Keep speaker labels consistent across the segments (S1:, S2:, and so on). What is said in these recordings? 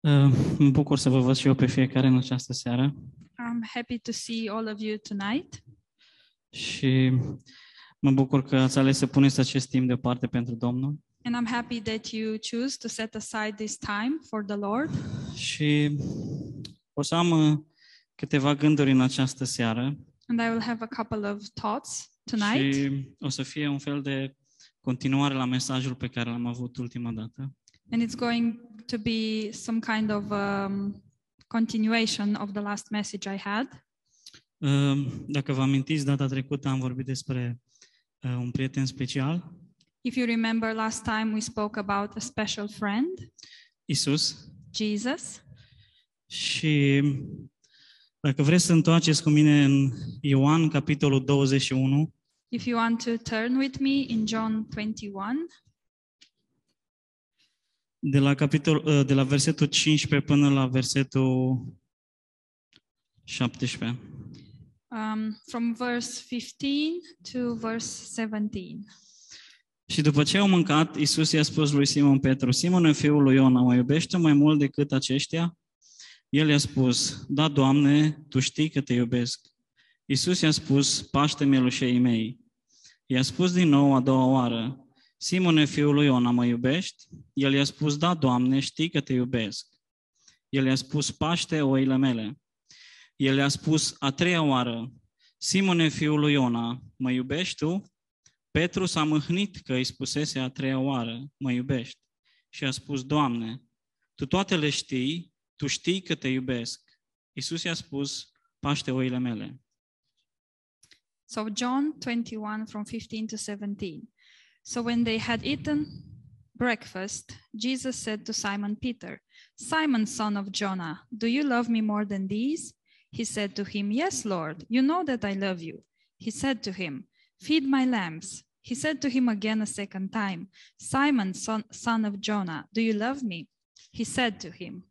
S1: Uh, Mă bucur să vă văd și eu pe fiecare în această seară
S2: I'm happy to see all of you tonight.
S1: și mă bucur că ați ales să puneți acest timp deoparte pentru Domnul
S2: And I'm happy that you choose to set aside this time for the Lord.
S1: și o să am uh, câteva gânduri în această seară
S2: And I will have a couple of thoughts tonight.
S1: și o să fie un fel de continuare la mesajul pe care l-am avut ultima dată
S2: And it's going to be some kind of um, continuation of the last message I had.
S1: Uh, Dacă vă amintiți, data trecută am vorbit despre uh, un prieten special,
S2: If you remember last time, we spoke about a special friend,
S1: Isus,
S2: Jesus.
S1: Și dacă vreți să întoarceți cu mine în Ioan, capitolul 21,
S2: If you want to turn with me in John 21,
S1: de la, capitol, ă, de la versetul 15 până la versetul 17.
S2: um, from verse 15 to verse 17.
S1: Și după ce au mâncat, Iisus i-a spus lui Simon Petru, Simone, fiul lui Iona, mă iubește mai mult decât aceștia? El i-a spus, da, Doamne, Tu știi că Te iubesc. Iisus i-a spus, paște mielușei mei. I-a spus din nou a doua oară, Simone, fiul lui Iona, mă iubești? El i-a spus, da, Doamne, știi că Te iubesc. El i-a spus, paște oile mele. El i-a spus a treia oară, Simone, fiul lui Iona, mă iubești tu? Petru s-a mâhnit că îi spusese a treia oară, mă iubești, și a spus, Doamne, Tu toate le știi, Tu știi că te iubesc. Iisus i-a spus, paște oile mele.
S2: So John 21 from 15 to 17. So when they had eaten breakfast, Jesus said to Simon Peter, Simon, son of Jonah, do you love me more than these? He said to him, Yes, Lord, you know that I love you. He said to him, Feed my lambs. He said to him again a second time, Simon, son, son of Jonah, do you love me? He said to him,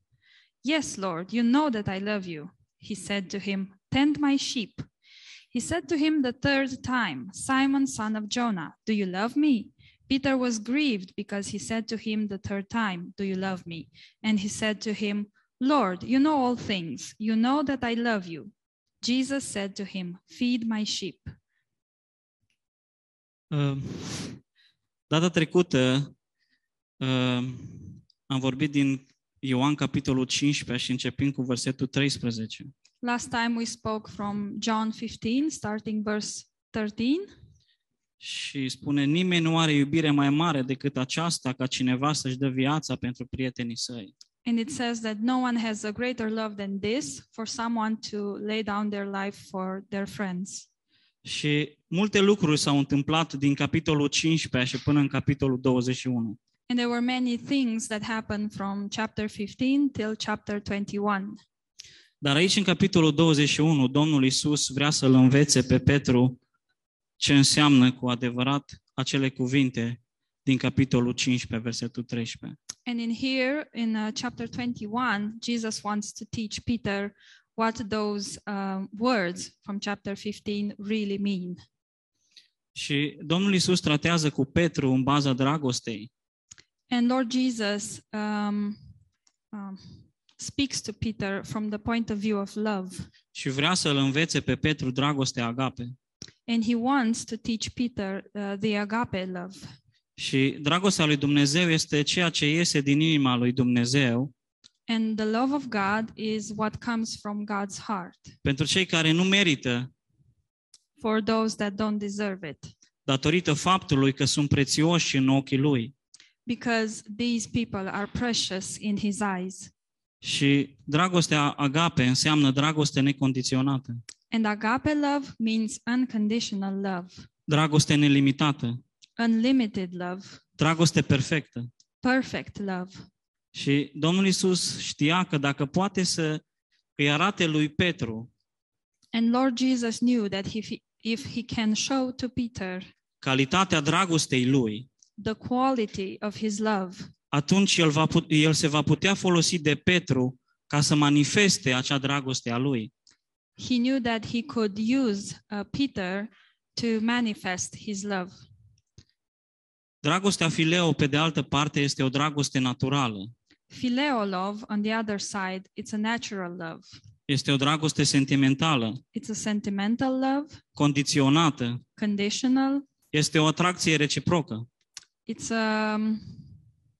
S2: Yes, Lord, you know that I love you. He said to him, Tend my sheep. He said to him the third time, Simon, son of Jonah, do you love me? Peter was grieved because he said to him the third time, Do you love me? And he said to him, Lord, you know all things. You know that I love you. Jesus said to him, Feed my sheep.
S1: Uh, Data trecută uh, am vorbit din Ioan capitolul 15 și începând cu versetul 13.
S2: Last time we spoke from John 15, starting verse 13.
S1: Și spune, nimeni nu are iubire mai mare decât aceasta ca cineva să-și dă viața pentru prietenii săi.
S2: And it says that no one has a greater love than this for someone to lay down their life for their friends.
S1: Și multe lucruri s-au întâmplat din capitolul 15 și până în capitolul 21.
S2: And there were many things that happened from chapter 15 till chapter 21.
S1: Dar aici, în capitolul 21, Domnul Isus vrea să-l învețe pe Petru ce înseamnă cu adevărat acele cuvinte din capitolul 15, versetul 13.
S2: And in here, in uh, chapter 21, Jesus wants to teach Peter what those um, words from chapter 15 really mean.
S1: Și Domnul Isus tratează cu Petru în baza dragostei
S2: And Lord Jesus um, um, speaks to Peter from the point of view of love.
S1: și vrea să-l învețe pe Petru dragostea agape.
S2: And he wants to teach Peter uh, the agape love.
S1: Și dragostea lui Dumnezeu este ceea ce iese din inima lui Dumnezeu
S2: And the love of God is what comes from God's heart
S1: pentru cei care nu merită
S2: for those that don't deserve it.
S1: datorită faptului că sunt prețioși în ochii lui.
S2: because these people are precious in his eyes.
S1: Și dragostea agape înseamnă dragoste necondiționată,
S2: And agape love means unconditional love,
S1: dragoste nelimitată,
S2: unlimited love,
S1: dragoste perfectă.
S2: perfect love.
S1: Și Domnul Isus știa că dacă poate să îi arate lui Petru
S2: And Lord Jesus knew that if he, if he can show to Peter
S1: calitatea dragostei lui,
S2: the quality of his love,
S1: atunci el, va put- el se va putea folosi de Petru ca să manifeste acea dragoste a lui.
S2: he knew that he could use uh, Peter to manifest his love.
S1: Dragostea fileo, pe de altă parte, este o dragoste naturală.
S2: Phileo love, on the other side, it's a natural love.
S1: Este o dragoste sentimentală,
S2: It's a sentimental love,
S1: condiționată,
S2: conditional.
S1: este o atracție reciprocă.
S2: It's um,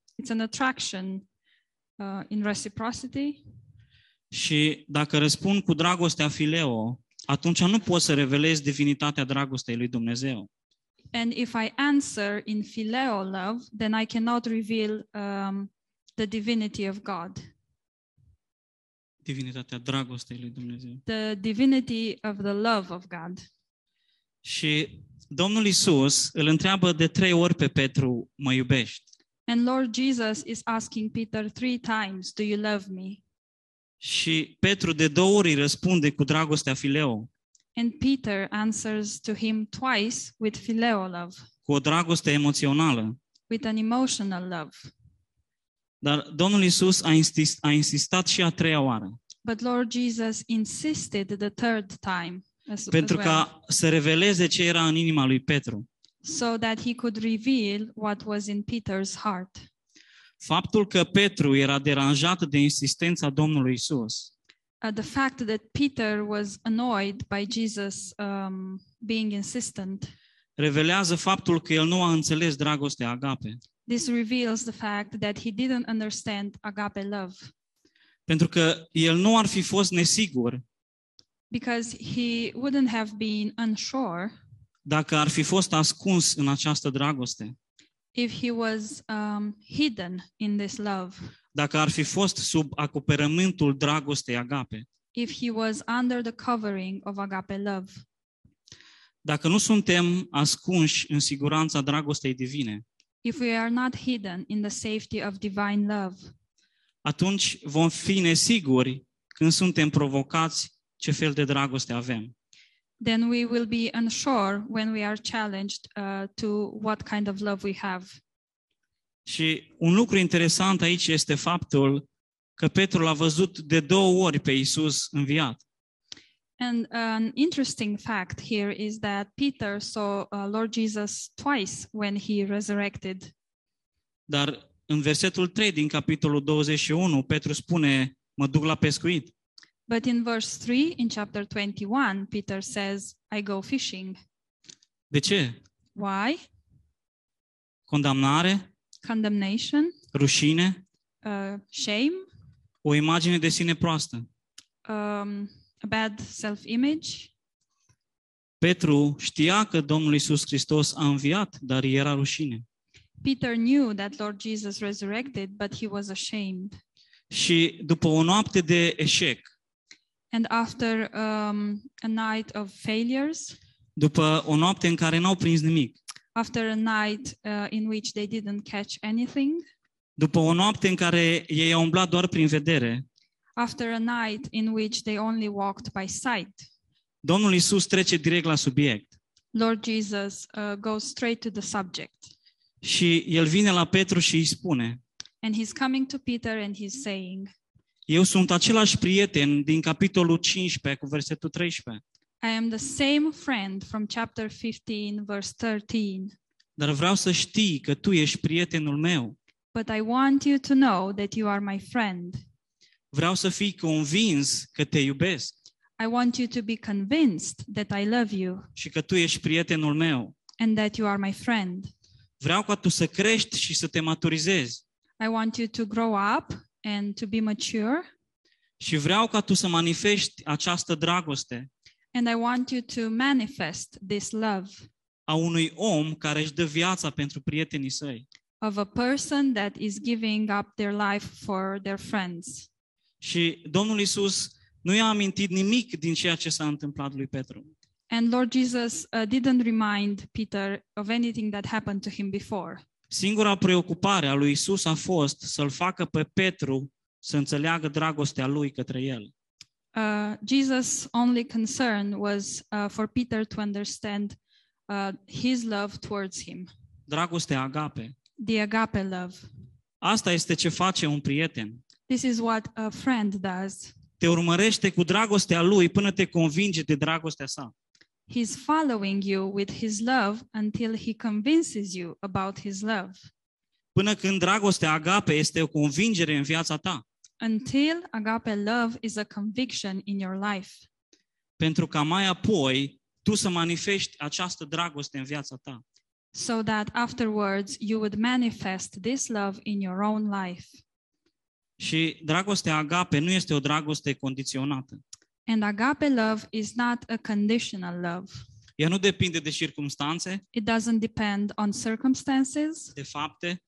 S2: it's an attraction uh, in reciprocity.
S1: Și dacă răspund cu dragostea fileo, atunci nu pot să revelez divinitatea dragostei lui Dumnezeu.
S2: And if I answer in phileo love, then I cannot reveal um, the divinity of God,
S1: Divinitatea dragostei lui Dumnezeu.
S2: the divinity of the love of God.
S1: Și Domnul Isus îl întreabă de trei ori pe Petru, mă iubești?
S2: And Lord Jesus is asking Peter three times, Do you love me?
S1: Și Petru de două ori îi răspunde cu dragostea fileo,
S2: And Peter answers to him twice with phileo love,
S1: cu o dragoste emoțională.
S2: with an emotional love.
S1: Dar Domnul Isus a, insist, a insistat și a treia oară,
S2: But Lord Jesus insisted the third time as, as
S1: pentru
S2: well,
S1: ca să reveleze ce era în inima lui Petru.
S2: so that he could reveal what was in Peter's heart.
S1: Faptul că Petru era deranjat de insistența Domnului Isus
S2: Uh, the fact that Peter was annoyed by Jesus um, being insistent,
S1: revelează faptul că el nu a înțeles dragostea agape.
S2: this reveals the fact that he didn't understand agape love
S1: Pentru că el nu ar fi fost nesigur
S2: because he wouldn't have been unsure
S1: dacă ar fi fost ascuns în această dragoste,
S2: if he was um, hidden in this love,
S1: dacă ar fi fost sub acoperământul dragostei agape.
S2: if he was under the covering of agape love.
S1: Dacă nu suntem ascunși în siguranța dragostei divine,
S2: If we are not hidden in the safety of divine love,
S1: atunci vom fi nesiguri când suntem provocați ce fel de dragoste avem.
S2: then we will be unsure when we are challenged uh, to what kind of love we have.
S1: Și un lucru interesant aici este faptul că Petru l-a văzut de două ori pe Isus înviat.
S2: And an interesting fact here is that Peter saw uh, Lord Jesus twice when he resurrected.
S1: Dar în versetul 3 din capitolul 21, Petru spune, mă duc la pescuit.
S2: But in verse 3 in chapter 21, Peter says, I go fishing.
S1: De ce?
S2: Why?
S1: Condamnare?
S2: Condemnation,
S1: Rușine?
S2: uh, shame,
S1: O imagine de sine proastă?
S2: um, a bad self image.
S1: Petru știa că Domnul Isus Hristos a înviat, dar îi era rușine.
S2: Peter knew that Lord Jesus resurrected, but he was ashamed.
S1: Și după o noapte de eșec,
S2: And after um, a night of failures,
S1: după o noapte în care n-au prins nimic,
S2: after a night uh, in which they didn't catch anything,
S1: după o noapte în care ei au umblat doar prin vedere,
S2: after a night in which they only walked by sight,
S1: Domnul Isus trece direct la subiect
S2: Lord Jesus uh, goes straight to the subject.
S1: și el vine la Petru și îi spune,
S2: And he's coming to Peter and he's saying,
S1: eu sunt același prieten din capitolul 15 cu versetul 13,
S2: I am the same friend from chapter 15, verse 13,
S1: dar vreau să știi că tu ești prietenul meu.
S2: but I want you to know that you are my friend.
S1: Vreau să fii convins că te iubesc
S2: I want you to be convinced that I love you
S1: și că tu ești prietenul meu.
S2: and that you are my friend.
S1: Vreau ca tu să crești și să te maturizezi
S2: I want you to grow up and to be mature,
S1: și vreau ca tu să manifesti această dragoste
S2: and I want you to manifest this love
S1: a unui om care își dă viața pentru prietenii săi.
S2: of a person that is giving up their life for their friends.
S1: Și Domnul Isus nu i-a amintit nimic din ceea ce s-a întâmplat lui Petru.
S2: And Lord Jesus uh, didn't remind Peter of anything that happened to him before.
S1: Singura preocupare a lui Isus a fost să-l facă pe Petru să înțeleagă dragostea lui către el.
S2: Uh, Jesus' only concern was uh, for Peter to understand uh, his love towards him,
S1: Dragostea agape.
S2: the agape love.
S1: Asta este ce face un prieten.
S2: This is what a friend does.
S1: Te urmărește cu dragostea lui până te convinge de dragostea sa.
S2: He's following you with his love until he convinces you about his love.
S1: până când dragostea agape este o convingere în viața ta,
S2: until agape love is a conviction in your life,
S1: pentru ca mai apoi tu să manifesti această dragoste în viața ta.
S2: so that afterwards you would manifest this love in your own life.
S1: Și dragostea agape nu este o dragoste condiționată.
S2: And agape love is not a conditional love.
S1: Ea nu depinde de circumstanțe,
S2: It doesn't depend on circumstances,
S1: de fapte,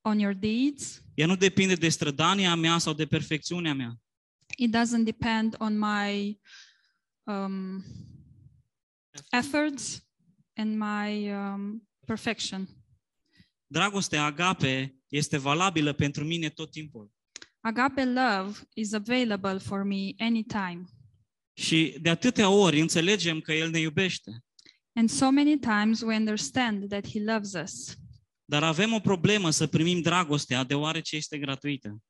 S2: on your deeds.
S1: ea nu depinde de strădania mea sau de perfecțiunea mea.
S2: It doesn't depend on my um, efforts and my um, perfection.
S1: Dragostea agape este valabilă pentru mine tot timpul.
S2: Agape love is available for me anytime.
S1: Și de atâtea ori înțelegem că El ne iubește,
S2: And so many times we understand that He loves us,
S1: dar avem o problemă să primim dragostea deoarece este gratuită.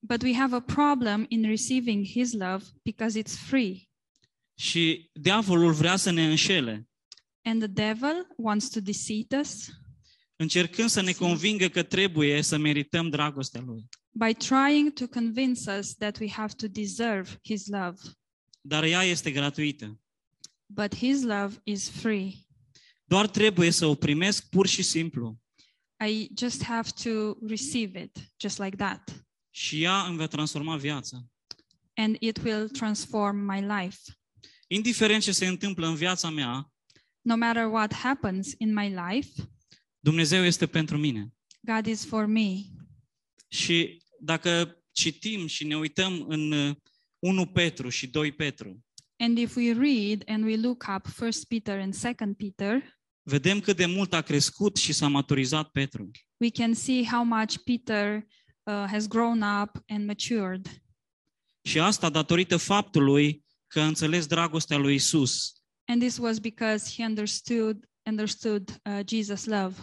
S2: but we have a problem in receiving His love because it's free.
S1: Și diavolul vrea să ne înșele,
S2: And the devil wants to deceive us
S1: încercând să ne convingă că trebuie să merităm dragostea lui.
S2: by trying to convince us that we have to deserve His love.
S1: Dar ea este gratuită.
S2: But His love is free.
S1: Doar trebuie să o primesc pur și simplu
S2: I just have to receive it, just like that.
S1: și ea îmi va transforma viața.
S2: And it will transform my life.
S1: Indiferent ce se întâmplă în viața mea,
S2: No matter what happens in my life,
S1: Dumnezeu este pentru mine.
S2: God is for me.
S1: Și dacă citim și ne uităm în uh, 1 Petru și 2 Petru,
S2: And if we read and we look up First Peter and Second Peter,
S1: vedem cât de mult a crescut și s-a maturizat Petru.
S2: we can see how much Peter uh, has grown up and matured.
S1: Și asta datorită faptului că a înțeles dragostea lui Isus.
S2: And this was because he understood understood uh, Jesus' love.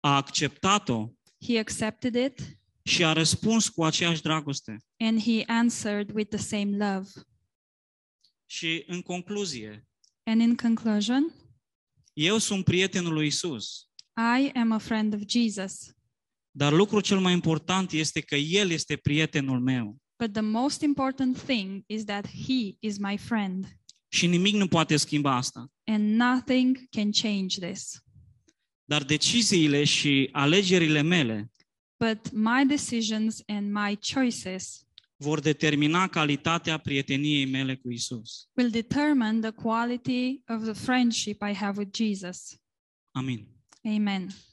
S1: A acceptat-o
S2: He accepted it
S1: și a răspuns cu aceeași dragoste.
S2: and he answered with the same love.
S1: Și în concluzie,
S2: And in conclusion,
S1: eu sunt prietenul lui Isus,
S2: I am a friend of Jesus,
S1: dar lucrul cel mai important este că El este prietenul meu
S2: but the most important thing is that he is my friend
S1: și nimic nu poate schimba asta.
S2: and nothing can change this.
S1: Dar deciziile și alegerile mele
S2: But my decisions and my choices
S1: vor determina calitatea prieteniei mele cu Isus.
S2: will determine the quality of the friendship I have with Jesus.
S1: Amin.
S2: Amen.